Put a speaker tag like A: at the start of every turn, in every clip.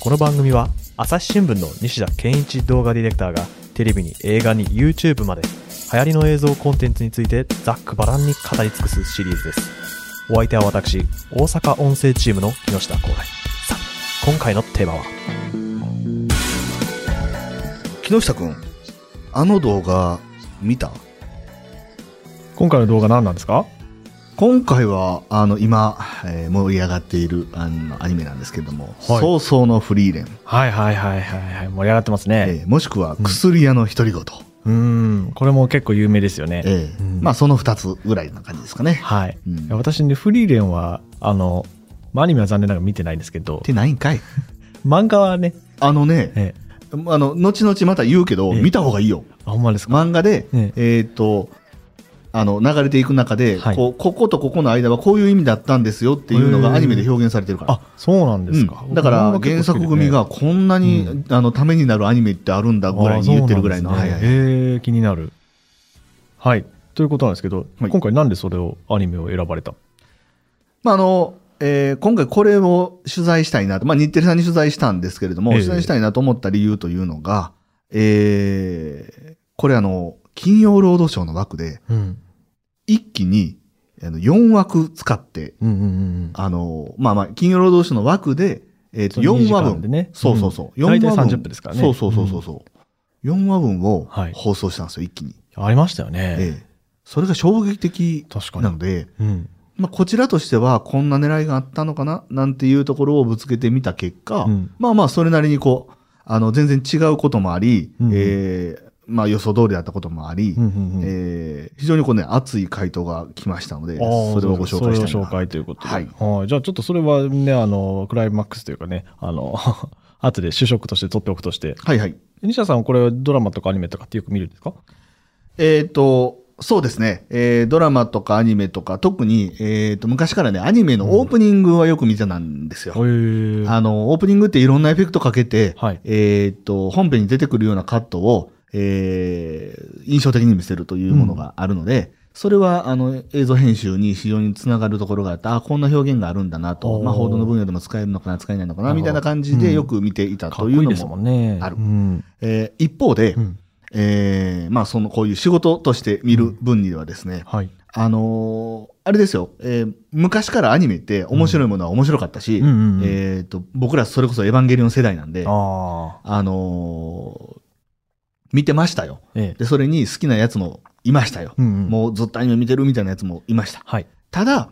A: この番組は朝日新聞の西田健一動画ディレクターがテレビに映画に YouTube まで流行りの映像コンテンツについてざっくばらんに語り尽くすシリーズですお相手は私大阪音声チームの木下光大さあ今回のテーマは
B: 木下君あの動画見た
A: 今回の動画何なんですか
B: 今回はあの今、えー盛り上がっているあのアニメなんですけども「
A: はい
B: 早々のフリーレン、
A: はいはいはいはいはい盛り上がってますね、
B: えーもしくは「薬屋の独り言」
A: うーんこれも結構有名ですよね、
B: えー
A: うん
B: まあその2つぐらいな感じですかね。
C: はい、
B: うん
C: いや私ねフリーレンはあのまあアニメは残念ながら見てないんですけど
B: ってないんかい
C: 漫画はね、
B: あのね、
C: ええ
B: あの後々また言うけど、
C: ええ
B: 見た方がいいよ。
C: あほんまですか、
B: 漫画で、
C: え
B: えーっとあの流れていく中で、
C: はい
B: こうこことここの間はこういう意味だったんですよっていうの
C: へ
B: が
C: ー
B: アニメで表現されてるから。
C: あそうなんですか、
B: うんだから
C: 僕漫画
B: 原
C: 結構
B: 作
C: 好きで
B: 組がこんなに、
C: う
B: あのためになるアニメってあるんだぐらいに言ってるぐらいの、
C: あそう
B: はい
C: なん
B: は
C: です
B: い
C: ねへえ気になるはいということなんですけど、
B: はい
C: 今回なんでそれをアニメを選ばれた
B: まああのえー今回これを取材したいなと、まあ、日テレさんに取材したんですけれども、
C: ええ
B: 取材したいなと思った理由というのが、えーこれあの金曜ロードショーの枠で
C: うん
B: 一気にあの4枠使って
C: うんうんうん
B: あのまあまあ金曜ロードショーの枠で、えー、
C: そ
B: と
C: う
B: 4話
C: 2時
B: 分
C: 間でね
B: そうそうそう、
C: うん
B: 四話分
C: 大体30分ですからね
B: そうそうそうそうそう、4話分を
C: はい
B: 放送したんですよ一気に。
C: ありましたよね、
B: ええ、それが衝撃的
C: 確かに
B: なので、
C: うん
B: まあ、こちらとしてはこんな狙いがあったのかななんていうところをぶつけてみた結果、
C: うん
B: まあまあそれなりにこうあの全然違うこともあり、
C: うん
B: ええまあ、予想通りだったこともあり、
C: うんうんうん
B: ええ非常にこう、ね、熱い回答が来ましたので
C: あー
B: それをご紹介したい
C: それを
B: な
C: 紹介ということで。
B: はい
C: じゃあちょっとそれはね、あの、クライマックスというかね、あの、 後で主食として取っておくとして。
B: はいはい
C: 西田さんはこれドラマとかアニメとかってよく見るんですか
B: えっ、とそうですね、えードラマとかアニメとか特に、えー、と昔からねアニメのオープニングはよく見てたんですよ、
C: は
B: あの、オープニングっていろんなエフェクトかけて、
C: はい
B: えーっと、本編に出てくるようなカットを、えー印象的に見せるというものがあるので、それは、あの、映像編集に非常につながるところがあって、あ、こんな表現があるんだなと、
C: おー
B: まあ、報道の分野でも使えるのかな、使えないのかな、
C: なる
B: み
C: ほ
B: た
C: ど
B: いな感じでよく見ていた
C: い。かっ
B: と
C: こ
B: いう
C: いい
B: の
C: ですも
B: も、
C: んね。
B: ある
C: うん。
B: えー一方で、
C: うん
B: えーまあ、その、こういう仕事として見る分にはですね、
C: はい。
B: あのーあれですよ、えー昔からアニメって面白いものは面白かったし、
C: うんうんうん
B: えーと僕らそれこそエヴァンゲリオン世代なんで、あ、
C: ああ。
B: のー見てましたよ。
C: ええ。
B: で、それに好きなやつもいましたよ。
C: うんうん
B: もうずっとアニメ見てるみたいなやつもいました。
C: はい。
B: ただ、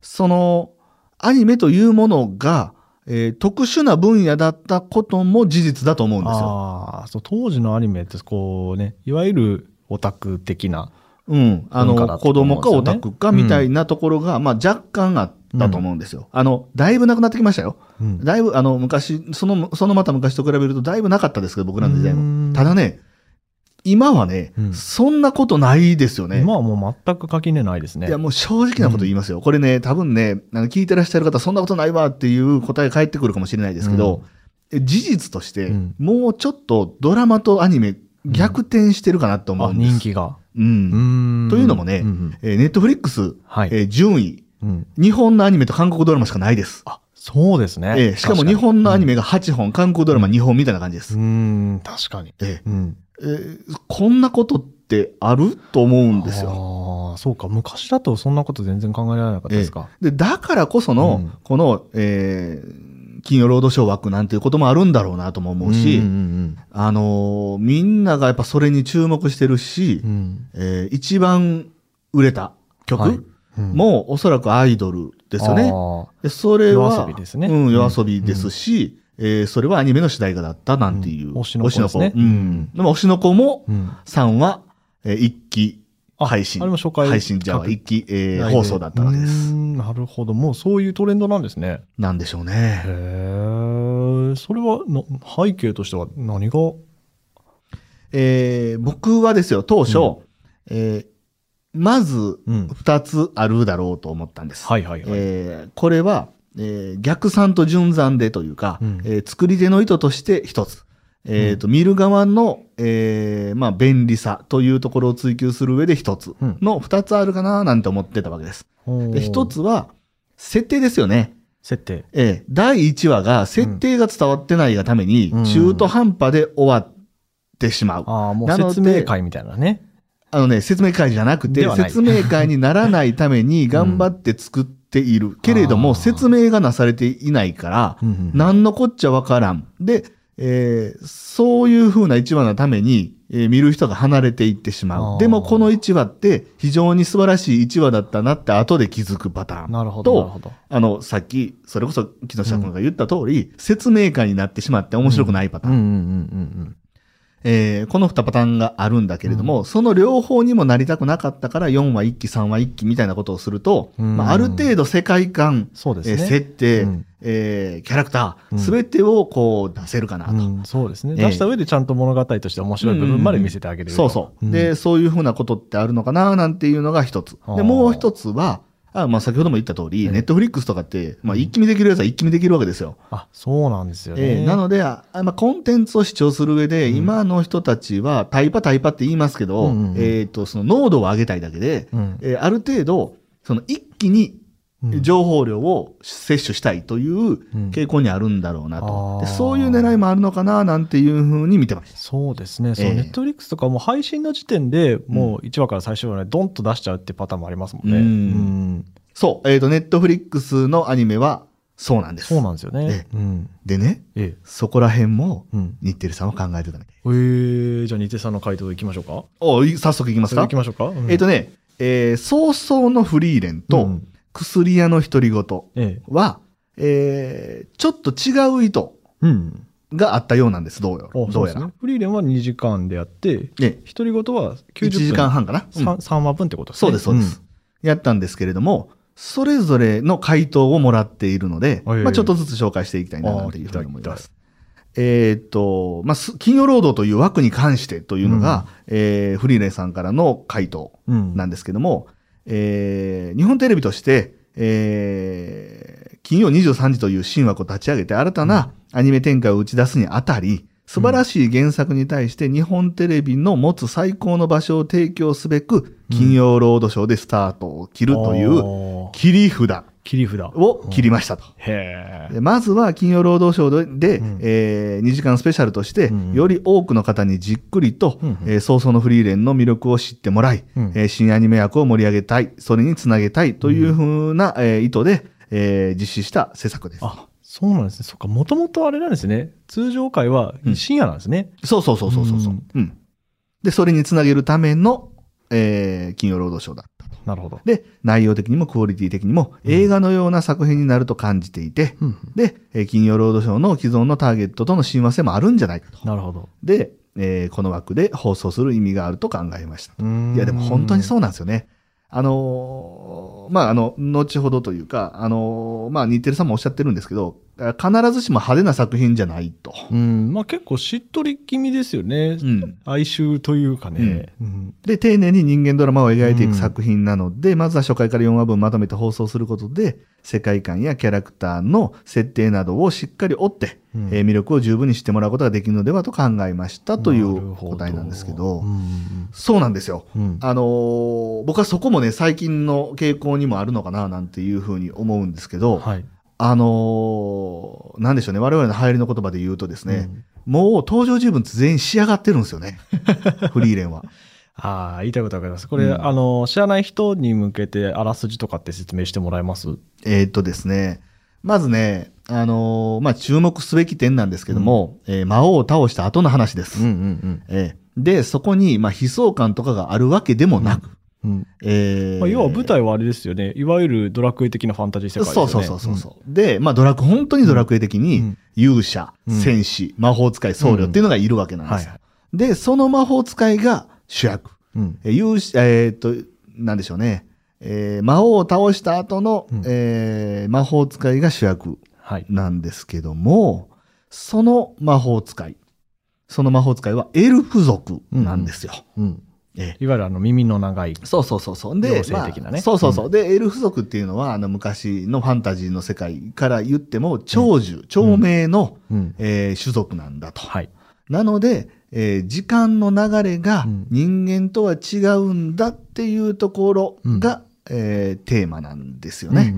B: その、アニメというものが、えー特殊な分野だったことも事実だと思うんですよ。
C: ああ、そう、当時のアニメってこうね、いわゆるオタク的な。
B: うん、あの、
C: 文化だったと
B: 子
C: 思うんですよね
B: 供かオタクかみたいなところが、まあ若干あったと思うんですよ。あの、だいぶなくなってきましたよ。
C: うん
B: だいぶ、あの、昔、その、そのまた昔と比べるとだいぶなかったですけど、僕らの時代
C: うん
B: も。ただね、今はね、
C: うん
B: そんなことないですよね。
C: 今はもう全く垣根ないですね。
B: いや、もう正直なこと言いますよ。これね、多分ね、あの聞いてらっしゃる方、そんなことないわっていう答えが返ってくるかもしれないですけど、え事実として、
C: うん
B: もうちょっとドラマとアニメ逆転してるかなと思
C: あ、
B: うんです。
C: 人気が。
B: うん
C: うーん
B: というのもね
C: んうん
B: えーネットフリックス、
C: はい
B: えー順位、
C: うん。
B: 日本のアニメと韓国ドラマしかないです。
C: あ、そうですね。
B: えーしかも
C: 確
B: 日
C: に
B: 本のアニメが8本、韓国ドラマ2本みたいな感じで
C: う
B: す。
C: ん、確かに。
B: え
C: うん。
B: ーえーこんなことってあると思うんですよ。
C: ああ、そうか。昔だとそんなこと全然考えられなかったですか。
B: でだからこその、
C: うん
B: この、えー金曜ロードショー枠なんていうこともあるんだろうなとも思うし、
C: うんうん
B: あのーみんながやっぱそれに注目してるし、
C: うんうん
B: えー一番売れた曲、
C: はいうん
B: もうおそらくアイドルですよね。
C: あ
B: でそれは
C: 夜遊びですね
B: うん、夜遊びですし、えーそれはアニメの主題歌だったなんていう。
C: うん推しの子ですね
B: 推しの子うん。でも推しの子も
C: ー、うん
B: さんは、えー一期配信。
C: あれも初回
B: 配信じゃあ
C: 各
B: 一期、えー
C: ライブ
B: 放送だったわけで
C: うー
B: す。
C: んなるほど。もうそういうトレンドなんですね。
B: なんでしょう
C: へ
B: ね。
C: え。それはな背景としては何が
B: えー僕はですよ、当初、えーまず
C: うん
B: 二つあるだろうと思ったんです。
C: はいはいはい。
B: えーこれは、えー逆算と順算でというか、
C: うん
B: えー作り手の意図として一つ。えーと見る側の、えーまあ、便利さというところを追求する上で一つ
C: うん
B: の二つあるかななんて思ってたわけです。
C: おー
B: で一つは設定ですよね。
C: 設定。
B: ええ、第1話が設定が伝わってないがために
C: うん、
B: 中途半端で終わってしまう。
C: ああ、もう
B: なので
C: 説明会みたいなね。
B: あのね、説明会じゃなくて
C: ではない
B: 説明会にならないために頑張って作っている。けれど
C: あ
B: も、
C: ー
B: 説明がなされていないから、
C: ん
B: 何のこっちゃわからん。で、えーそういう風な1話のために、えー見る人が離れていってし
C: あ
B: ま
C: ー
B: う。でもこの1話って非常に素晴らしい1話だったなって後で気づくパターン。
C: なるほど。
B: と
C: なるほど。
B: あの、さっき、それこそ木下君が言った通り、説明会になってしまって面白くないパタ
C: う
B: ー
C: ん
B: ン。
C: うんうん
B: えーこの2パターンがあるんだけれども、その両方にもなりたくなかったから4話1期3話1期みたいなことをすると、
C: うん
B: まあ、ある程度世界観、
C: そうです
B: えー
C: ね
B: 設定、
C: うん
B: えーキャラクタ
C: う
B: ー、
C: ん
B: すべてをこう出せるかなと。
C: うんうん。そうですね。
B: ええ
C: 出した上でちゃんと物語として面白い部分まで見せてあげれると。
B: そうそう。
C: ん
B: で、、そういうふうなことってあるのかななんていうのが一つ
C: あ。ー
B: で、もう一つは、あまあ、先ほども言った通り、
C: え
B: ネットフリックスとかって、まあ、一気見できるやつは一気見できるわけですよ。
C: あ、そうなんですよ
B: え
C: ね。
B: ーなので、ああまあ、コンテンツを視聴する上で、今の人たちは、タイパタイパって言いますけど、
C: うんうんうん
B: えっ、と、その濃度を上げたいだけで、
C: うん
B: えーある程度、その一気に
C: うん
B: 情報量を摂取したいという傾向にあるんだろうな
C: うんあ
B: と。
C: ー
B: でそういう狙いもあるのかな、なんていうふうに見てます。
C: そうですね。そう、
B: ええ
C: ネットフリックスとかも配信の時点で、もう1話から最終話までドンと出しちゃうってパターンもありますもんね。
B: うん
C: ん
B: そう、えっ、と、ネットフリックスのアニメは、そうなんです。
C: そうなんですよね
B: え。
C: うん。
B: でね、
C: え
B: そこら辺も
C: え。、うん。
B: 日テレさんは考えてたみたい。
C: えー、じゃあ、ニテさんの回答いきましょうか。
B: おい早速いきます
C: それ
B: か。
C: いきましょうか。うん
B: えっ、とね、えー早々のフリーレン
C: う
B: と
C: ん、
B: 薬屋の独り言
C: ええ。
B: は、えーちょっと違う意図
C: うん。
B: があったようなんです、どうや
C: あ
B: ら。どうや
C: そ
B: ら。
C: ですねフリーレンは2時間でやって、
B: ね、
C: 独り言は90分。
B: 1時間半かな、うん
C: 3, 話分ってことです
B: そ
C: ね。
B: うです、そうです、やったんですけれども、それぞれの回答をもらっているので、
C: はい
B: まあ、ちょっとずつ紹介していきたいななんていうふうに思
C: あー聞
B: い
C: きたい
B: ます。えーっと、まあ、す金曜ロードという枠に関してというのが、えーフリーレンさんからの回答。
C: うん。
B: なんですけども、えー日本テレビとして、えー金曜23時という新枠を立ち上げて新たなアニメ展開を打ち出すにあたり、素晴らしい原作に対して日本テレビの持つ最高の場所を提供すべく、金曜ロードショーでスタートを切るという
C: う
B: 切り札
C: 切り札。
B: を切りましたと。
C: へえ。
B: でまずは金曜労働省で、
C: うん
B: え2時間スペシャルとして、
C: うんうん
B: より多くの方にじっくりと、
C: うんうん
B: えー早々のフリーレンの魅力を知ってもらい、
C: うん
B: えー新アニメ役を盛り上げたい、それにつなげたいというふうな、えー意図で、えー実施した施策です。
C: あ、そうなんですね。そっか、もともとあれなんですね。通常回は
B: うん
C: 深夜なんですね。
B: そうそうそうそうそうそう、
C: うん
B: うんで、それにつなげるための、えー金曜労働省だったと。
C: なるほど。
B: で、内容的にもクオリティ的にも映画のような作品になると感じていて、
C: うん
B: で、えー金曜ロードショーの既存のターゲットとの親和性もあるんじゃないかと。
C: なるほど。
B: で、えーこの枠で放送する意味があると考えました。いや、でも本当に
C: う
B: そうなんですよね。あのーまあ、あの、後ほどというか、あのーまあ、日テレさんもおっしゃってるんですけど、あ必ずしも派手な作品じゃないと。
C: ーん。うん。まあ結構しっとり気味ですよね。
B: うん。
C: 哀愁というかね。うん
B: で、丁寧に人間ドラマを描いていく作品なので、まずは初回から4話分まとめて放送することで、世界観やキャラクターの設定などをしっかり追って、
C: うん
B: えー魅力を十分に知ってもらうことができるのではと考えましたとい
C: なる
B: う
C: ほ
B: 答えなんですけ
C: う
B: ど
C: ん、
B: そうなんですよ。
C: うんうん。
B: あのー僕はそこもね、最近の傾向にもあるのかな、なんていうふうに思うんですけど、
C: はい。
B: あのーなんでしょうね、我々の流行りの言葉で言うとですね
C: う、ん
B: もう登場人物全員仕上がってるんです よね、フリーレンは。
C: ああ、言いたいことわかります。これ、
B: うん
C: あの、知らない人に向けてあらすじとかって説明してもらえます
B: えーっとですね、まずね、あのーまあ、注目すべき点なんですけども、えー魔王を倒した後の話です。
C: ん
B: えーで、そこに、まあ、悲壮感とかがあるわけでもなく、
C: うんうん。
B: えー
C: まあ、要は舞台はあれですよね。いわゆるドラクエ的なファンタジー世界です
B: そ
C: よ
B: う
C: ね。
B: そうそうそうそう、で、まあ、ドラク本当にドラクエ的
C: う
B: に
C: ん
B: 勇者、
C: うん
B: 戦士魔法使い僧侶っていうのがいるわけ
C: う
B: なんん
C: は
B: で
C: い
B: すよ、
C: はい。
B: でその魔法使いが主役
C: うん。
B: え勇者えーっとなんでしょうね、えー魔王を倒した後の、
C: うん
B: えー魔法使いが主役
C: はい。
B: なんですけどもその魔法使いその魔法使いはエルフ族なんですよ、
C: うん。
B: え
C: いわゆるあの耳の長い。
B: そうそうそうそう。で、
C: 妖精的なね
B: まあそうそうそう。で、エルフ族っていうのは、あの、昔のファンタジーの世界から言っても、長寿、長命の、
C: うん。
B: えー種族なんだと。
C: はい。
B: なので、えー時間の流れが
C: うん
B: 人間とは違うんだっていうところが、えーテーマなんですよ
C: うんうん
B: ね。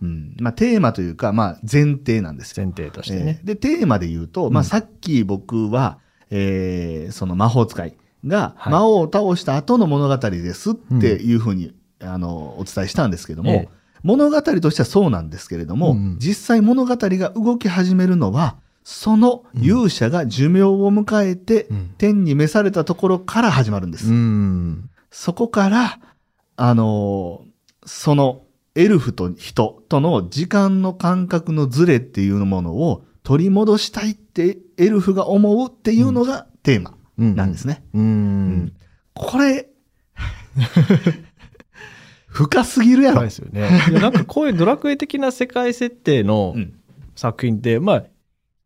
C: うん
B: うんまあ、テーマというか、まあ、前提なんですよ。
C: 前提としてね
B: え。ーで、テーマで言うと、ま
C: う
B: あ、
C: ん
B: さっき僕は、えーその魔法使いが
C: はい
B: 魔王を倒した後の物語ですっていうふうに、あの、お伝えしたんですけども、
C: ええ
B: 物語としてはそうなんですけれども、
C: うんうん
B: 実際物語が動き始めるのは、その勇者が寿命を迎えて、
C: うん
B: 天に召されたところから始まるんです。
C: うん。
B: そこから、あのーそのエルフと人との時間の感覚のズレっていうものを取り戻したいってエルフが思うっていうのがテーマなんです
C: ね。
B: ね。
C: う
B: うん
C: ん。
B: これ、 深すぎるや
C: 深
B: ろ
C: いで。すよね。いやなんかこういうドラクエ的な世界設定の
B: うん
C: 作品って、まあ、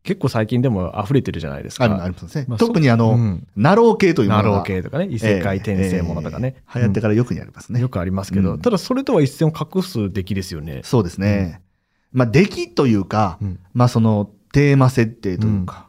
C: 結構最近でも溢れてるじゃないですか。
B: あるありますね。
C: まあ
B: 特にあ
C: う
B: の、
C: ん
B: ナロー系というも
C: ナ
B: のが。
C: ロー系とかね、異世界転生ものとかね。
B: えー流行って
C: か
B: からよくにありますね。
C: よくありますけど、
B: うん
C: ただそれとは一線を画す出来ですよね。
B: そうですね。まあ、出来というか、
C: うん
B: まあそのテーマ設定というか。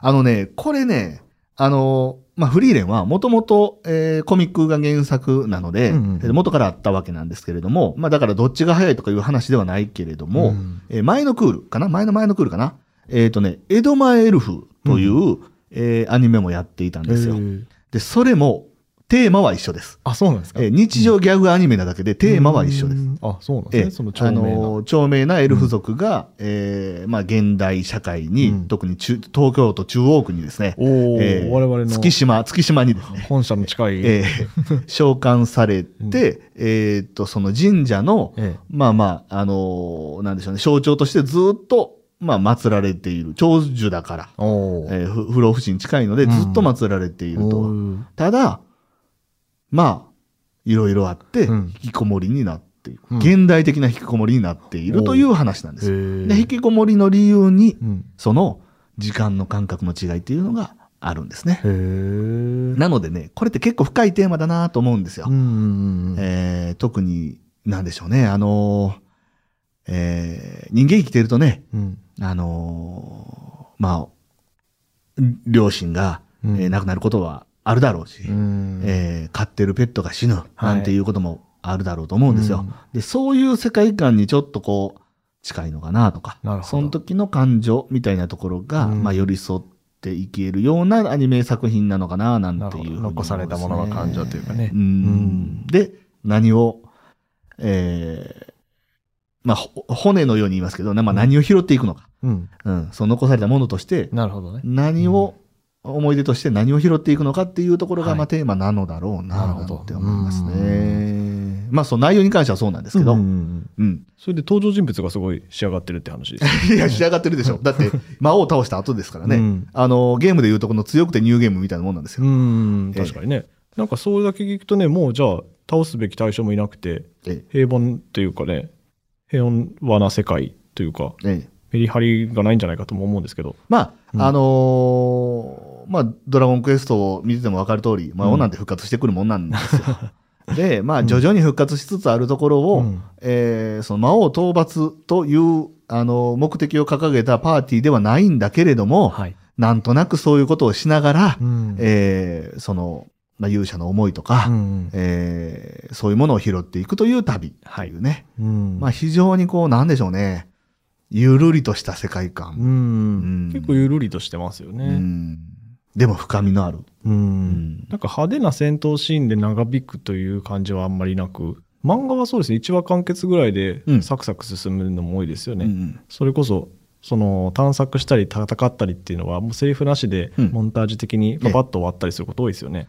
B: あのね、これね、あの、まあフリーレンはもともとコミックが原作なので、
C: うんうん
B: えー元からあったわけなんですけれども、まあだからどっちが早いとかいう話ではないけれども、
C: うん
B: えー前のクールかな前の前のクールかなえっ、とね、江戸前エルフという、えーアニメもやっていたんですよ
C: へ。ー
B: で、それもテーマは一緒です。
C: あ、そうなんですか。
B: えー日常ギャグアニメなだけでテーマは一緒です
C: う。ん。あ、そうなんです
B: ええ
C: ね。その長
B: あ
C: 命な
B: のー著名なエルフ族が、えーまあ、現代社会に、
C: うん
B: 特に中東京都中央区にですね、
C: おお、
B: えー
C: 我々の
B: 月島月島にですね、
C: 本社の近い、
B: えー召喚されて、
C: うん
B: えーっとその神社の、
C: ええ
B: まあまあ、あのーなんでしょうね象徴としてずっと、まあ、祀られている長寿だから、
C: おー
B: えーふ不老不死に近いので
C: うん
B: ずっと祀られていると。
C: おー
B: ただまあいろいろあって、
C: うん
B: 引きこもりになっている、
C: うん
B: 現代的な引きこもりになっているという話なんですよ。
C: へえ
B: で引きこもりの理由に
C: うん
B: その時間の感覚の違いっていうのがあるんですね。
C: へえ
B: なのでねこれって結構深いテーマだなと思うんですよ。
C: うん
B: えー特になんでしょうねあのーえー人間生きてるとね
C: うん
B: あのーまあ両親が、
C: うん
B: えー亡くなることはあるだろうし。
C: うん
B: えー飼ってるペットが死ぬ
C: はい
B: なんていうこともあるだろうと思うんですよ。
C: うん
B: でそういう世界観にちょっとこう近いのかなとか
C: なるほど
B: その時の感情みたいなところが、
C: うん
B: まあ、寄り添っていけるようなアニメ作品なのかななん
C: なる
B: ていう
C: ほ
B: ふう
C: ど
B: に思いま
C: 残
B: す
C: さ
B: ね
C: れたものの感情というかね
B: うん
C: うん
B: で何を、えーまあ、ほ骨のように言いますけど、なまあ、何を拾っていくのか、
C: うん
B: うん、その残されたものとして
C: なるほどね
B: 何を、思い出として何を拾っていくのかっていうところが、
C: はい
B: まあ、テーマなのだろうな
C: なるほど
B: って思います
C: う
B: ね。まあその内容に関してはそうなんですけど、
C: う
B: うん
C: うん
B: ん
C: それで登場人物がすごい仕上がってるって話ですよ
B: いや仕上がってるでしょだ って魔王を倒した後です からね、
C: うん
B: あのゲームでいうとこの強くてニューゲームみたいなもんなんですよ。
C: うん確かにねなんかそれだけ聞くとねもうじゃあ倒すべき対象もいなくて
B: え
C: 平凡というかね平和な世界というか
B: えええ
C: メリハリがないんじゃないかとも思うんですけど
B: まあ、
C: うん
B: あのーまあ、ドラゴンクエストを見てても分かる通り、魔王なんて復活してくるもんなんですよ。 で、まあ、徐々に復活しつつあるところを、
C: うん
B: えーその魔王討伐という、あの、目的を掲げたパーティーではないんだけれども、
C: はい
B: なんとなくそういうことをしながら、
C: うん
B: えーその、まあ、勇者の思いとか、
C: うん
B: えーそういうものを拾っていくという旅っていうね。
C: うん
B: まあ、非常にこう、なんでしょうね。ゆるりとした世界観。
C: う
B: うんん
C: 結構ゆるりとしてますよ
B: う
C: ね。
B: んでも深みのある。
C: うん
B: ん
C: なんか派手な戦闘シーンで長引くという感じはあんまりなく漫画はそうですね1話完結ぐらいで
B: うん
C: サクサク進むのも多いですよね。
B: うん
C: それこそその探索したり戦ったりっていうのはもうセリフなしで
B: うん
C: モンタージュ的に
B: え
C: パ
B: え
C: パッと終わったりすること多いですよね。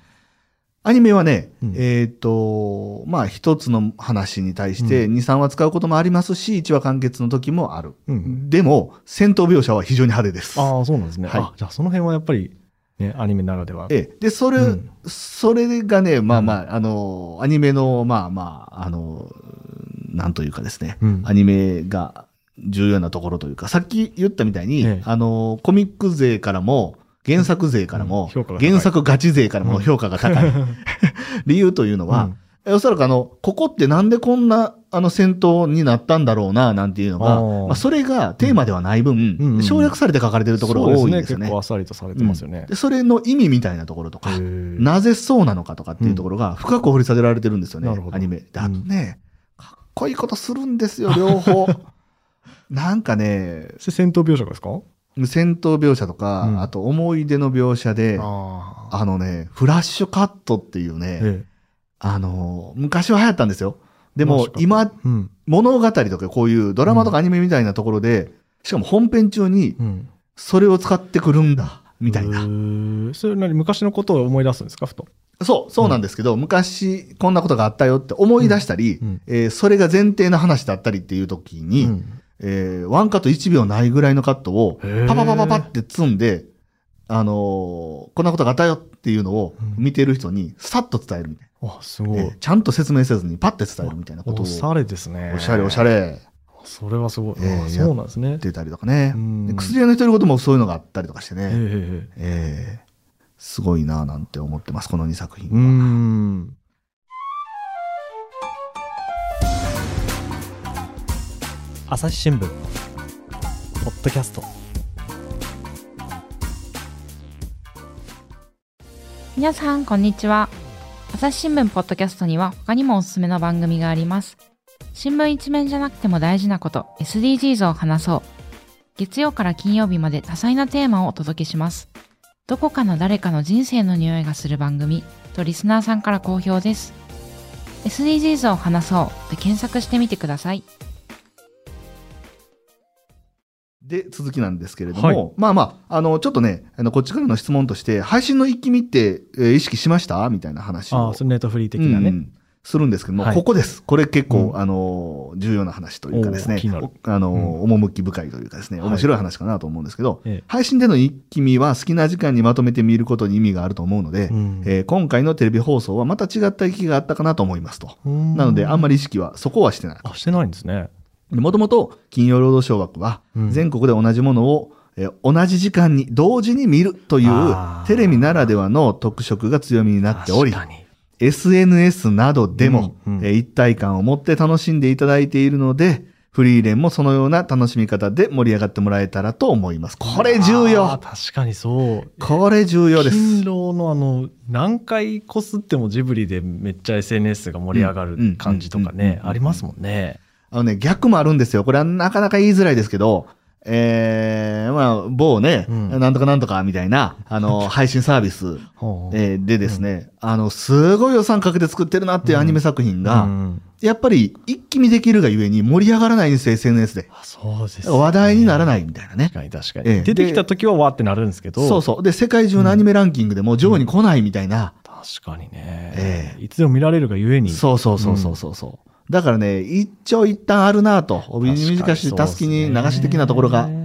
B: アニメはね、
C: うん
B: えっ、と、まあ、一つの話に対して
C: う
B: 2、3話使うこともありますし、1話完結の時もある。
C: うん
B: でも、戦闘描写は非常に派手です。
C: ああそうなんですね。
B: はい
C: あじゃあその辺はやっぱり、ね、アニメならでは。
B: ええ、で、それ、
C: うん
B: それがね、まあまあ、あの、アニメの、まあまあ、あの、なんというかですね、
C: うん
B: アニメが重要なところというか、さっき言ったみたいに、
C: ええ
B: あの、コミック勢からも、原作勢からも、
C: うん評価が高い
B: 原作ガチ勢からも評価 が高い、理由というのは、おそらくあの、ここってなんでこんな、あの、戦闘になったんだろうな、なんていうの
C: あ
B: が、
C: ー
B: まあ、それがテーマではない分、
C: うんうん
B: 省略されて書かれてるところが
C: そ
B: 多
C: う
B: いん
C: で
B: ですすよ
C: ね結
B: ね。
C: 構あっさりとされてますよね
B: で。それの意味みたいなところとか、
C: へえ
B: なぜそうなのかとかっていうところが深く掘り下げられてるんですよね、
C: なるほど
B: アニメ。であとね、こいいことするんですよ、両方。なんかね、
C: それ戦闘描写ですか
B: 戦闘描写とか、
C: うん
B: あと思い出の描写で、あ
C: ああ。
B: のね、フラッシュカットっていうね、
C: ええ。
B: あのー、昔は流行ったんですよ。で
C: フラッ
B: も
C: シュカット
B: 今、
C: うん。
B: 物語とかこういうドラマとかアニメみたいなところで、しかも本編中に
C: うん。
B: それを使ってくるんだ、みたいな。
C: うー。それ何昔のことを思い出すんですかふと。
B: そう、そうなんですけど、昔こんなことがあったよって思い出したり、
C: うんうん
B: えーそれが前提の話だったりっていう時に、
C: うん
B: えーワンカット1秒ないぐらいのカットを
C: へー、
B: パパパパパって積んで、あのーこんなことがあったよっていうのを
C: うん
B: 見てる人にさっと伝えるみたい
C: あ、す
B: な
C: ご、
B: え
C: い
B: ー。ちゃんと説明せずにパッて伝えるみたいなことを。
C: おしゃれですね。
B: おしゃれおしゃ。れ
C: それはすごい。
B: ええ
C: あそうなんですね。
B: 出たりとかね
C: う。ん
B: で薬屋の一人ごともそういうのがあったりとかして
C: え
B: ね。
C: え
B: えーすごいなぁなんて思ってます、この2作品。
C: うーん。
A: 朝日新聞ポッドキャスト
D: 皆さんこんにちは朝日新聞ポッドキャストには他にもおすすめの番組があります新聞一面じゃなくても大事なこと SDGs を話そう月曜から金曜日まで多彩なテーマをお届けしますどこかの誰かの人生の匂いがする番組とリスナーさんから好評です SDGs を話そうで検索してみてください
B: で、続きなんですけれども、
C: はい
B: まあまあ、あの、ちょっとね、あのこっちからの質問として、配信の一気見って、えー意識しましたみたいな話を。
C: ああ、それネットフリー的なね。
B: うんするんですけども、
C: はい
B: ここです。これ結構、
C: う
B: あのー、重要な話というかです
C: おー
B: ね
C: 気になる、
B: あのー、
C: うん
B: 趣深いというかですね、
C: はい
B: 面白い話かなと思うんですけど、
C: え
B: 配信での一気見は好きな時間にまとめて見ることに意味があると思うので、
C: えうん
B: えー今回のテレビ放送はまた違った意義があったかなと思いますと。な
C: な
B: ので、あんま
C: り。
B: り意識は、そこはしてない。
C: あ、してないんですね。
B: もともと、金曜労働省枠は、
C: うん
B: 全国で同じものを、えー同じ時間に同時に見るという
C: あー
B: テレビならではの特色が強みになっており、
C: 確かに
B: SNS などでも、
C: うんうん
B: えー一体感を持って楽しんでいただいているので、フリーレンもそのような楽しみ方で盛り上がってもらえたらと思います。これ重
C: あー
B: 要
C: 確かにそう。
B: これ重要です。
C: 勤労のあの何回こすってもジブリでめっちゃ SNS が盛り上がる感じとか
B: うんうんうん
C: ね
B: うん
C: ありますもんね。
B: あのね、逆もあるんですよ。これはなかなか言いづらいですけど、えー、まあ、某ね、
C: うん
B: なんとかなんとかみたいな、あの、配信サービス、
C: ほう
B: えーでですね、あの、すごい予算かけて作ってるなっていうアニメ作品が、
C: うん
B: やっぱり一気見できるがゆえに盛り上がらないんですよ、SNS で。
C: あそうです、
B: 話題になら
C: い。
B: ないみたいなね
C: 確。かに確か
B: ええ
C: に。出てきた時はわーってなるんですけど。
B: そうそう。で、世界中のアニメランキングでも上位に来ないみたいな。
C: 確かに
B: え
C: ね。いつでも見られるがゆえに。
B: そうそうそうそうそうそう。だからね、一長一短あるなと、
C: 確
B: 帯
C: かに
B: に短し、たすきに流し的なところが
C: そうですね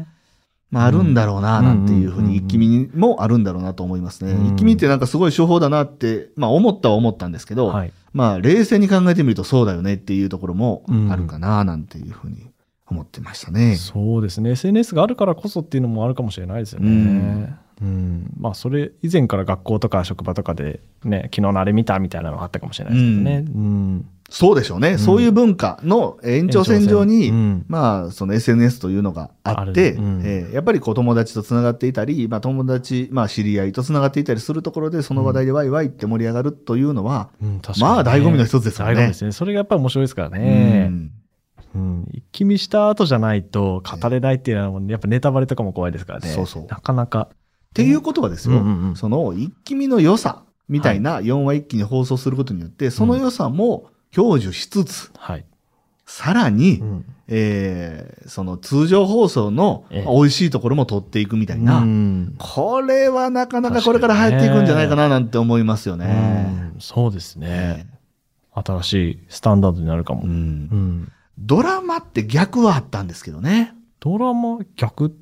B: まあ、あるんだろうな、
C: うん
B: なんていうふう
C: うんうんうん
B: に、一気見もあるんだろうなと思いますね。
C: うん
B: 一気見ってなんかすごい手法だなって、まあ、思ったは思ったんですけど、
C: はい。
B: まあ、冷静に考えてみるとそうだよねっていうところもあるかな、なんていうふうに思ってましたね。
C: そうですね SNS があるからこそっていうのもあるかもしれないですよね。うんまあそれ以前から学校とか職場とかでね昨日のあれ見たみたいなのがあったかもしれないですけどね。うん
B: そうでしょうね。
C: ん
B: そういう文化の延長線上に、
C: うん
B: まあ、その SNS というのがあっ
C: あ
B: て、
C: るうん
B: えーやっぱりこう友達とつながっていたり、まあ、友達、まあ、知り合いとつながっていたりするところで、その話題でワイワイって盛り上がるというのは、
C: うん確かにね
B: まあ、醍醐味の一つですよ
C: 醍醐味
B: ね
C: で。すね。それがやっぱり面白いですからね
B: う。ん
C: うん一気見した後じゃないと語れないっていうのは、やっぱネタバレとかも怖いですからね。
B: そうそう
C: なかなか。
B: っていうことはですよ、
C: うんうんうん
B: その一気見の良さみたいな4話一気に放送することによって、その良さも享受しつつ、
C: はい。
B: さらに、
C: うん
B: えーその通常放送の
C: ええ
B: 美味しいところも取っていくみたいな、
C: うん
B: これはなかなかこれから流行っていくんじゃないかななんて思いますよね。
C: うんそうですね。
B: ね
C: 新しいスタンダードになるかも。
B: う
C: うんん
B: ドラマって逆はあったんですけどね。
C: ドラマ逆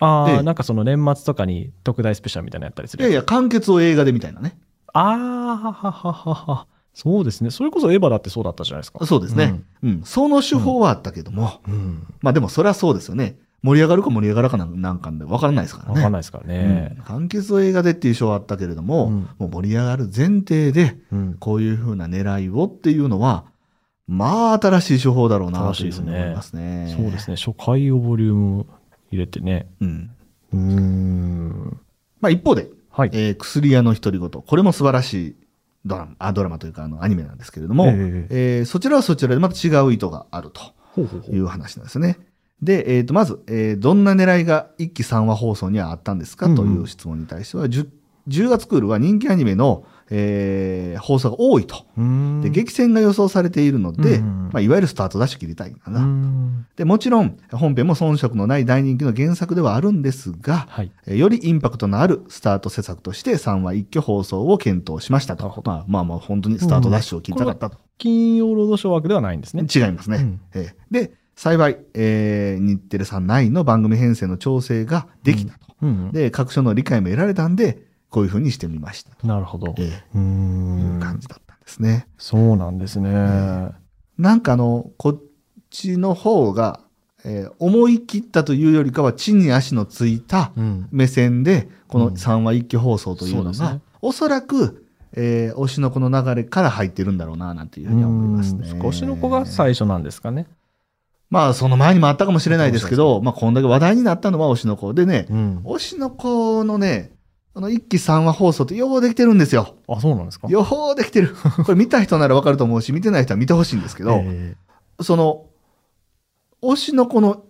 C: ああ、
B: ええ
C: なんかその年末とかに特大スペシャルみたいなのやったりす
B: い
C: る
B: やいや、完結を映画でみたいなね。
C: ああはははははそうですねそれこそエヴァだってそうだったじゃないですか
B: そうですね。うん、その手法はあったけども、
C: うん
B: まあでもそれはそうですよね。盛り上がるか盛り上がらかなんなんかわからないですから
C: 分
B: ね。
C: かんないですからね
B: うん、完結を映画でっていう賞はあったけれども、
C: うん
B: もう盛り上がる前提で、
C: うん
B: こういうふうな狙いをっていうのは、まあ新しい手法だろうな
C: 新
B: と
C: しい
B: いう
C: です
B: ふうに
C: ね
B: 思いますね。
C: そうですね初回をボリューム入れてね
B: うん。
C: うーん
B: まあ一方で、
C: はい
B: えー薬屋の独り言。これも素晴らしいドラマ、あドラマというかあのアニメなんですけれども、
A: え
B: え
A: え
B: ーそちらはそちらでまた違う意図があると
A: ほうほうほ。
B: いうう話なんですね。で、えー、とまず、えーどんな狙いが1期3話放送にはあったんですかという質問に対しては、10, 10月クールは人気アニメの、えー放送が多いと。
A: うーん
B: で、激戦が予想されているので、
A: うん
B: まあ、いわゆるスタートダッシュ切りたいかな。
A: うん
B: でもちろん本編も遜色のない大人気の原作ではあるんですが、
C: はい。
B: えーよりインパクトのあるスタート施策として3話一挙放送を検討しましたと。まあまあまあ本当にスタートダッシュを切りたかったと。
C: 金曜ロードショー枠ではないんですね。
B: 違いますね。
A: うん
B: えーで、幸い、えー日テレさん内の番組編成の調整ができたと。
A: うん
B: で、各所の理解も得られたんで、こういうふうにしてみましたと。
C: なるほど。
B: え
A: うー
B: ーいうん感じだったんですね。
C: そうなんですね。
B: なんかあの、こっちの方が、えー思い切ったというよりかは地に足のついた、
A: うん
B: 目線でこ
A: う
B: の
A: ん
B: 3話一挙放送という
C: そう
B: の
C: で
B: が、
C: すね
B: おそらく、えー推しの子の流れから入ってるんだろうななんていうふうには思いますね。
C: 少しの子が最初なんですかね。
B: まあその前にもあったかもしれないですけど、まあこんだけ話題になったのは推しの子でね、
A: うん
B: 推しの子のね、この一期3話放送ってようできてるんですよ。
A: あ、そうなんですか
B: ようできてる。これ見た人ならわかると思うし、見てない人は見てほしいんですけど、
A: え
B: その、推しの子の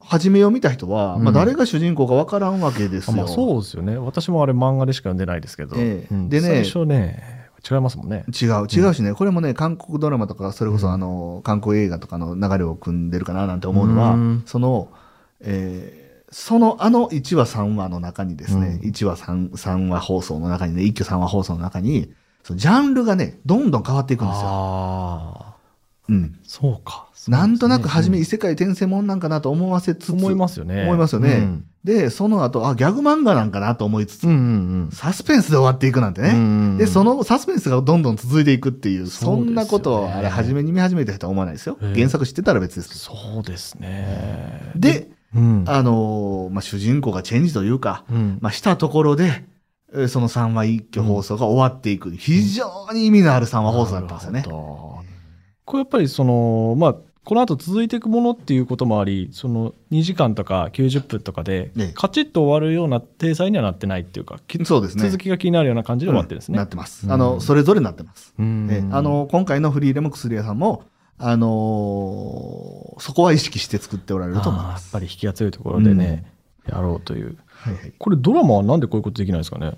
B: 始めを見た人は、ま
A: う
B: あ
A: ん
B: 誰が主人公かわからんわけです
C: あま
B: よ。
C: あ、そうですよね。私もあれ漫画でしか読んでないですけど。
B: え
A: う
B: え
A: ん
B: で
C: 最、
B: ね
C: 初ね、違いますもんね。
B: 違う、違うしね、これもね、韓国ドラマとか、それこそあの、韓国映画とかの流れを組んでるかななんて思うのは、
A: うん
B: その、えーそのあの1話3話の中にですね、
A: う
B: 1話 3, 3話放送の中にね、一挙3話放送の中に、そのジャンルがね、どんどん変わっていくんですよ。
C: ああ、
B: うん。
C: そうか。
B: なんとなく初
C: う
B: め
C: ん
B: 異世界転生もんなんかなと思わせつつ、
C: 思いますよね。
B: 思いますよね、
A: うん
B: で、その後、あ、ギャグ漫画なんかなと思いつつ、
A: うんうん
B: サスペンスで終わっていくなんて
A: うん
B: ね。
A: うん
B: で、そのサスペンスがどんどん続いていくってい
C: そう
B: う、そ
C: ですよね
B: んなことをあれ、初めに見始めた人は思わないですよ。
C: ええ
B: 原作知ってたら別ですけ
C: そうですね。
B: ど。で、
A: うん
B: あのーまあ、主人公がチェンジというか、
A: うん
B: まあ、したところで、えーその3話一挙放送が終わっていく、非常に意味のある3話放送だったんですよね
C: なる。ほどこれやっぱりその、まあ、この後続いていくものっていうこともあり、その2時間とか90分とかで
B: ね、
C: カチッと終わるような体裁にはなってないっていうか、き
B: そうですね。
C: 続きが気になるような感じで終わってるんです
B: うん
C: ね。
B: なってます。
A: うん
B: あの、それぞれなってます。
A: うん
B: ええあのー今回のフリーレも薬屋さんも、あのーそこは意識して作っておられると思い
C: あーや
B: ま
C: っ
B: す。
C: ぱり引きが強いところでね、やろうという。
B: はいはい
C: これドラマはなんでこういうことできないですかね。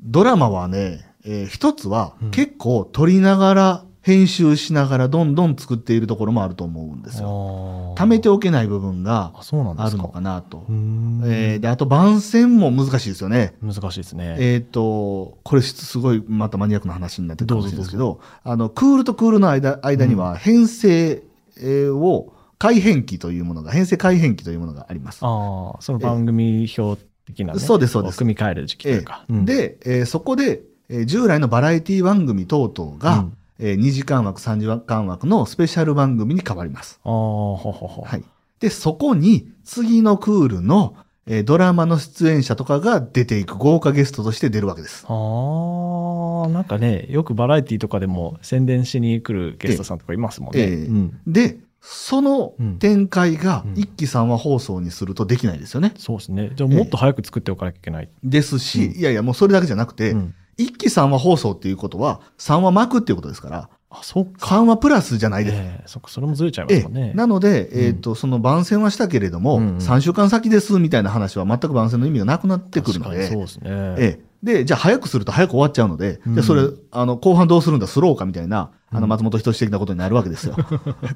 B: ドラマはね、えー一つは
A: うん
B: 結構撮りながら、編集しながらどんどん作っているところもあると思うんですよ。
C: 貯
B: 貯めておけない部分が
C: あそうなんで
B: あ
C: す
B: る
C: か
B: のかなと
A: う。ん
B: えーで、あと番宣も難しいですよね。
C: 難しいですね。
B: えっ、と、これすごいまたマニアックな話になってくるかもしれないですけど、あの、クールとクールの間間には編成えーを改変期というものが、編成改変期というものがあります。
C: ああ、その番組表的な、ね、
B: そうですそうです
C: こ組み替える時期というか。
A: うん
B: で、えーそこで、えー従来のバラエティ番組等々が、
A: うん
B: え2時間枠、3時間枠のスペシャル番組に変わります。
C: ああ、ほほほ。
B: はい。で、そこに次のクールの、えードラマの出演者とかが出ていく豪華ゲストとして出るわけです。
C: ああ、なんかね、よくバラエティとかでも宣伝しに来るゲストさんとかいますもんね。
B: ええ
A: うん
B: で、その
A: うん
B: 展開が
A: うん
B: 一期三話放送にするとできないですよね。
C: そうですね。じゃあもっと早く作っておかなきゃいけない。
B: ですし、いやいや、もうそれだけじゃなくて
A: う、ん
B: 一期三話放送っていうことは、三話巻くっていうことですから、
C: あ、そうか。
B: 三話プラスじゃない
C: え
B: ですか
C: えそっか、それもずれちゃいま
B: え
C: す
B: え
C: もんね。
B: なので、えーとその番宣はしたけれども、
A: うんうん
B: 3週間先ですみたいな話は全く番宣の意味がなくなってくるので、
C: 確かにそうですね。
B: ええでじゃあ早くすると早く終わっちゃうので、
A: うん
B: じゃあそれあの後半どうするんだ、スローかみたいな、あ
A: う
B: の
A: ん
B: 松本人志的なことになるわけ ですよ。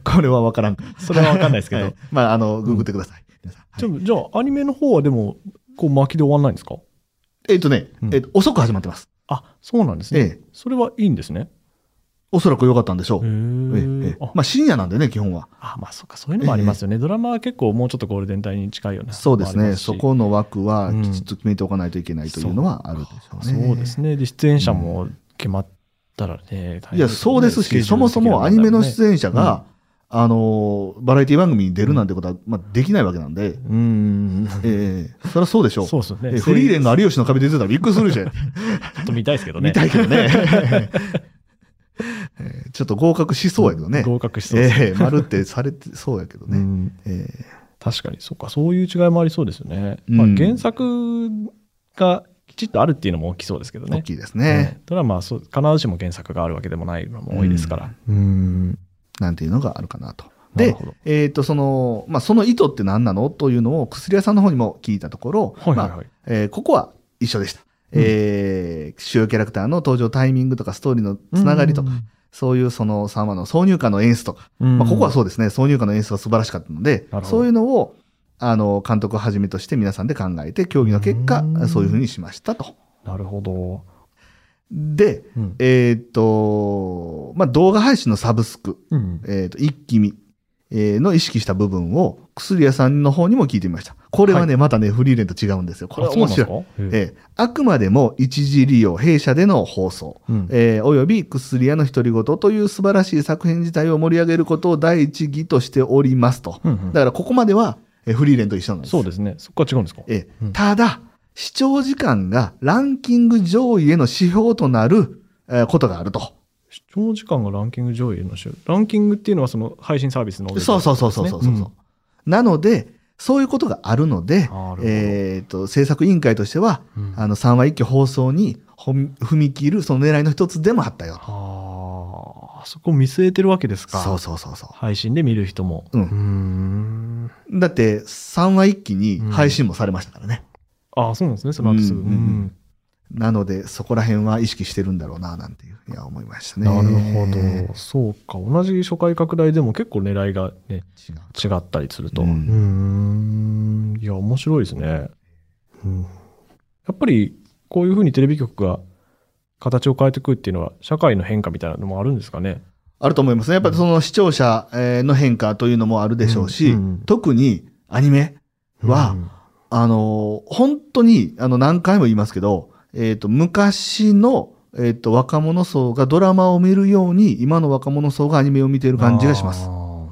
B: これは分からん。
C: それは分かんないですけど。
B: はいまあ、あのググってください。皆さんはい
C: じゃあじゃあ、アニメの方はでも、こう巻きで終わんないんですか
B: えっ、とね、
A: うん
B: えっと遅く始まってます。
C: あ、そうなんですね。
B: ええ
C: それはいいんですね。
B: おそらく良かったんでしょう。
C: へ
B: ええええ
C: えあ
B: まあ、深夜なんでね、基本は。
C: あまあそうかそういうのもありますよね、ドラマは結構もうちょっとゴールデン帯に近いような
B: そうです
C: もあり
B: ね、
C: ますし
B: そこの枠は
A: うん
B: きちっと決めておかないといけないというのはあるでしょうね。
C: そうですねで出演者も決まったらね、
B: いや、そうですし、そもそもアニメの出演者が、あのー、バラエティ番組に出るなんてことは、まあ、できないわけなんで、
A: うん
B: ええそれはそうでしょう。
C: そうですよね
B: ええフリーレンが有吉の壁で出てたらびっくりする じゃん。
C: ちょっと見たいですけどね
B: 見たいけ どね。ええちょっと合格しそうやけどね。
C: 合格しそうです、
B: ええ丸ってされてそうやけど
A: う
B: ね。
A: ん
B: ええ
C: 確かにそうかそういう違いもありそうですよね、
B: うん
C: まあ、原作がきちっとあるっていうのも大きそうですけど
B: 大
C: ね。
B: きいですね。
C: ただまあそう必ずしも原作があるわけでもないのも多いですから。
A: うん。
B: なんていうのがあるかなと。
C: なる
B: で
C: ほど、
B: えっ、と、その、まあ、その意図って何なのというのを薬屋さんの方にも聞いたところ、
C: はいはい
B: まあ
C: はい。
B: えーここは一緒でした。えー主要キャラクターの登場タイミングとかストーリーのつながりとか、そういうその3話の挿入歌の演出とか、
C: ま
B: まあ、ここはそうですね、挿入歌の演出が素晴らしかったので
C: なるほ、ど
B: そういうのを、あの、監督をはじめとして皆さんで考えて、協議の結果
A: うん、
B: そういうふうにしましたと。
C: なるほど。
B: で、
C: うん
B: えーっと、まあ、動画配信のサブスク、
C: うん
B: えーっと、一気見、えーの意識した部分を、薬屋さんの方にも聞いてみました。これはね、またね、フリーレンと違うんですよ。これは面白い。
C: あそうなんですかへえ
B: えーあくまでも一次利用、弊社での放送、
C: うん
B: えーおよび薬屋の独り言という素晴らしい作品自体を盛り上げることを第一義としておりますと。
C: うんうん
B: だからここまでは、えーフリーレンと一緒なんです。
C: そうですね。そこは違うんですか
B: えー
A: うん
B: ただ、視聴時間がランキング上位への指標となる、えーことがあると。
C: 視聴時間がランキング上位の週。ランキングっていうのはその配信サービスの。
B: そうそうそうそうそうそう。
C: ですね
B: なので、そういうことがあるの
C: なる、
B: で
C: ほど
B: えっ、と、制作委員会としては、
A: うん
B: あの、3話一挙放送にほん踏み切る、その狙いの一つでもあったよ。
C: ああ、そこを見据えてるわけですか。
B: そうそうそうそ
C: 配信で見る人も。
B: う。う。
A: うんん。
B: だって、3話一気に配信もされましたからね。
C: ああ、そうなんですね。その後すぐ。
B: うんうんなので、そこら辺は意識してるんだろうな、なんていうふうには思いましたね。
C: なるほど。そうか。同じ初回拡大でも結構狙いがね、違ったりすると。
B: う
C: うんん。いや、面白いですね。うん、やっぱり、こういうふうにテレビ局が形を変えていくっていうのは、社会の変化みたいなのもあるんですかね。
B: あると思いますね。やっぱりその視聴者えーの変化というのもあるでしょうし、
C: うんうん
B: 特にアニメは、
A: うん
B: あのー、本当に、あの、何回も言いますけど、えっ、と、昔の、えっ、と、若者層がドラマを見るように、今の若者層がアニメを見ている感じがします
C: あ。ー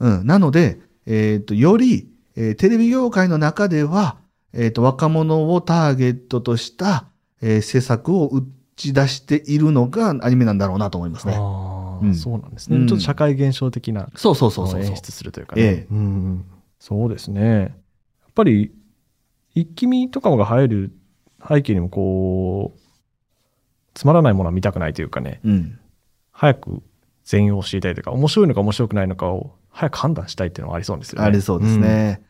B: うん。なので、えっ、と、より、えーテレビ業界の中では、えっ、と、若者をターゲットとした、えー施策を打ち出しているのがアニメなんだろうなと思いますね。
C: あー、
B: うん
C: そうなんですね、
B: うん
C: ちょっと社会現象的な
B: そうそうそうそうそう
C: 演。出するというかね、
B: ええ
C: うんうんそうですねやっぱり一気見とかが入る背景にもこうつまらないものは見たくないというかね
B: うん。
C: 早く全容を知りたいというか面白いのか面白くないのかを早く判断したいっていうのはありそうですよね。
B: ありそうですね。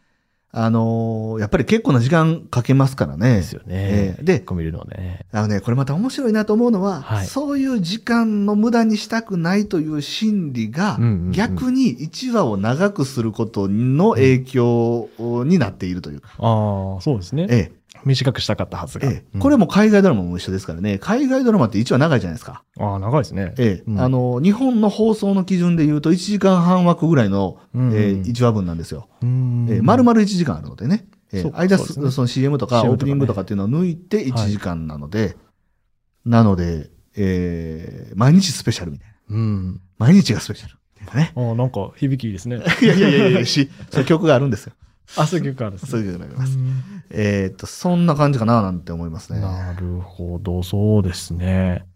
B: あのーやっぱり結構な時間かけますからね。
C: ですよね
B: え。えで
C: 一個見るのはね。
B: あのね、これまた面白いなと思うのは、
C: はい
B: そういう時間の無駄にしたくないという心理が
C: うんうんう、ん
B: 逆に1話を長くすることの影響になっているというか。
C: ああそうですね。
B: え
C: 短くしたかったはず
B: え、
C: が。
B: ええ、
C: うん
B: これも海外ドラマも一緒ですからね、海外ドラマって1話長いじゃないですか。
C: ああ長いですね。
B: ええ
C: うん
B: あの、日本の放送の基準で言うと1時間半枠ぐらいの、
C: うん
B: え1話分なんですよ。
C: うん
B: えー、丸々1時間あるのでね、えー
C: そうか
B: 間
C: そう
B: す
C: です
B: そ、
C: ね
B: の CM とか
C: CM とかね
B: オープニングとかっていうのを抜いて1時間なので、なので、えー毎日スペシャルみたいな。
A: うん。
B: 毎日がスペシャルみたいなね。
C: ああなんか響きいいですね。
B: いやいやいやいやし、そういう曲があるんですよ。
C: あそういう曲あるんです
B: そう
C: ね。
B: いう曲があります。えーっと、そんな感じかななんて思いますね。
C: なるほど、そうですね。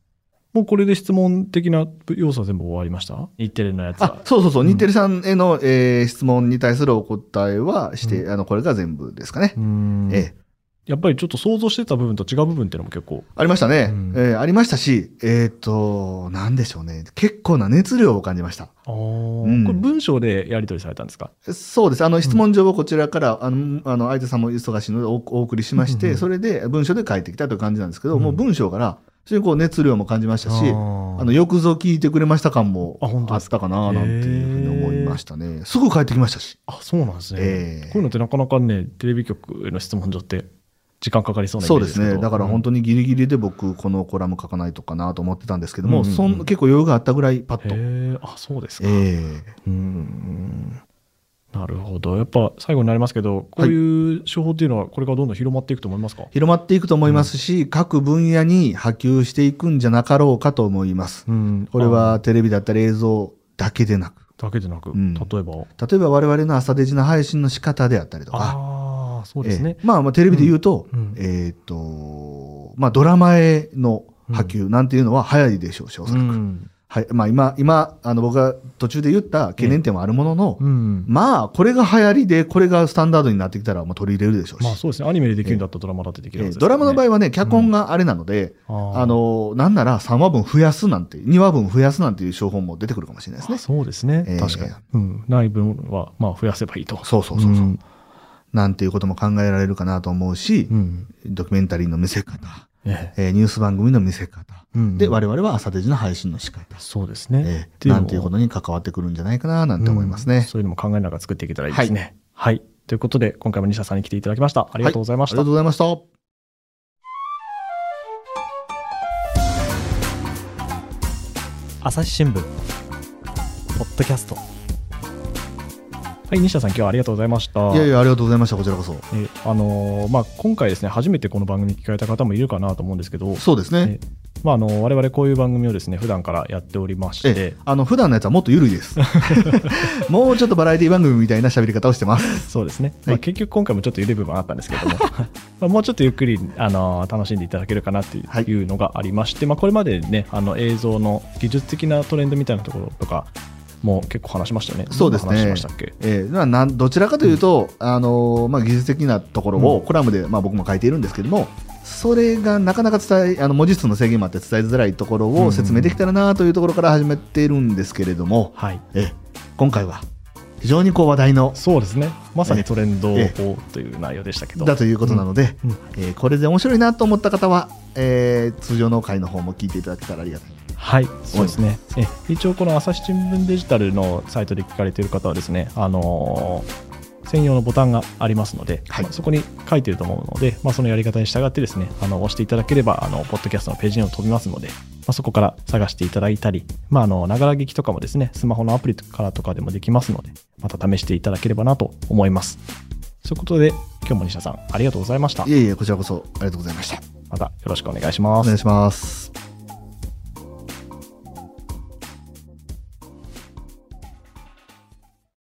C: もうこれで質問的な要素は全部終わりました日テレのやつ
B: あ
C: は。
B: そうそうそう、
C: うん
B: 日テレさんへの、えー質問に対するお答えはして、
C: う
B: あのこれが全部ですかね
C: う。ん
B: えー
C: やっぱりちょっと想像してた部分と違う部分っていうのも結構。
B: ありましたね、
C: うん
B: えーありましたし、えーっと、なんでしょうね、結構な熱量を感じました。
C: これ文章でやり取りされたんですか
B: そうです。あの、質問状をこちらから、あの、あの相手さんも忙しいのでおお送りしまし
C: うん
B: て、
C: うん
B: それで文章で書いてきたという感じなんですけど、
C: うん
B: もう文章から、非常にこう熱量も感じましたし、
C: あ
B: あの、よくぞ聞いてくれました感も
C: あ本当
B: あ
C: で
B: っ
C: す
B: たかな、なんていうふうに思いましたね。すぐ帰ってきましたし。
C: あそうなんですね、
B: ええ
C: こういうのってなかなかね、テレビ局への質問上って時間かかりそうなイメ
B: そ
C: ー
B: う
C: ジです
B: です
C: けど
B: ね。だから本
C: 当
B: 当にギリギリで僕、このコラム書かないとかなと思ってたんですけども、
C: うんうんうん
B: そん結構余裕があったぐらいパッと。
C: へえ、あ、そうですか。
B: え
C: うんなるほど。やっぱ最後になりますけど、こういう手法っていうのはこれからどんどん広まっていくと思いますか、
B: 広まっていくと思いますし、各分野に波及していくんじゃなかろうかと思います。
C: うん
B: これはテレビだったり映像だけでなく、
C: だけでなく、
B: うん
C: 例えば。
B: 例えば我々の朝デジの配信の仕方であったりとか、
C: ああ、そうですね
B: え。えまあまあテレビで言うと、
C: うんうん
B: えっ、と、まあドラマへの波及なんていうのは早いでしょうし、おそらく。
C: うん
B: はいまあ、今今あの僕が途中で言った懸念点はあるものの、
C: うん。
B: まあこれが流行りでこれがスタンダードになってきたらもう取り入れるでしょうし、
C: まあそうですね。アニメでできるんだったらドラマだってできる
B: え
C: は
B: ー
C: ずです
B: ド
C: よね、
B: ラマの場合はね脚本があれなので、
C: あー
B: あ、のなんなら3話分増やすなんて2話分増やすなんていう商法も出てくるかもしれないですね
C: あ。そうですね。
B: えー
C: 確かに。うん。ない分は、まあ増やせばいいと。
B: そうそうそうそう、
C: ん
B: なんていうことも考えられるかなと思うし、
C: うん。
B: ドキュメンタリーの見せ方、
C: え
B: えーニュース番組の見せ方、
C: えうん
B: で我々は朝デジの配信の仕方、
C: そうですね。
B: え
C: っ
B: ーなんていう
C: のを
B: ことに関わってくるんじゃないかななんて思いますね。
C: うんそういうのも考えながら作っていけたらいいですね。はい。ということで、今回も西田さんに来ていただきました。ありがとうございました。
B: ありがとうございました。
A: 朝日新聞ポッドキャスト
C: はい、西田さん、今日はありがとうございました。
B: いやいや、ありがとうございました、こちらこそ。
C: えあのーまあ、今回ですね、初めてこの番組聞かれた方もいるかなと思うんですけど、
B: そうですね。
C: えまあ、あのー我々こういう番組をですね、普段からやっておりまし
B: え
C: て
B: え、、あの普段のやつはもっと緩い です。もうちょっとバラエティ番組みたいな喋り方をしてます。
C: そうですね、
B: は
C: ま
B: い
C: あ、結局今回もちょっと緩い部分あったんですけ ども、まあもうちょっとゆっくり、あのー楽しんでいただけるかなって
B: はい
C: いうのがありまして、まあ、これまでねあの映像の技術的なトレンドみたいなところとかも結構話しましたよね
B: そうですね
C: どんな話しましたっけ
B: ええまあなんどちらかというと、あのまあ、技術的なところを
C: うん
B: コラムで、まあ、僕も書いているんですけども、それがなかなか伝えあの文字数の制限もあって伝えづらいところ
C: う
B: を
C: ん
B: 説明できたらなというところから始めているんですけれども、
C: はい
B: ええ今回は非常にこう話題の
C: そうですねまさ
B: え
C: に
B: え
C: トレンドを
B: え
C: という内容でしたけど
B: だということなので、
C: うんうん
B: えーこれで面白いなと思った方は、えー通常の回の方も聞いていただけたらありがたい。
C: はい、そうですね。え一応、この朝日新聞デジタルのサイトで聞かれている方はですね、あのー専用のボタンがありますので、
B: はい
C: まあそこに書いてると思うので、まあ、そのやり方に従ってですね、あの押していただければ、あのポッドキャストのページにも飛びますので、まあ、そこから探していただいたり、まあ、あのながら聞きとかもですね、スマホのアプリからとかでもできますので、また試していただければなと思います。ということで、今日も西田さん、ありがとうございました
B: い。えいえ、こちらこそありがとうございました。
C: またよろしくお願いし
B: お
C: ます
B: 願い。します。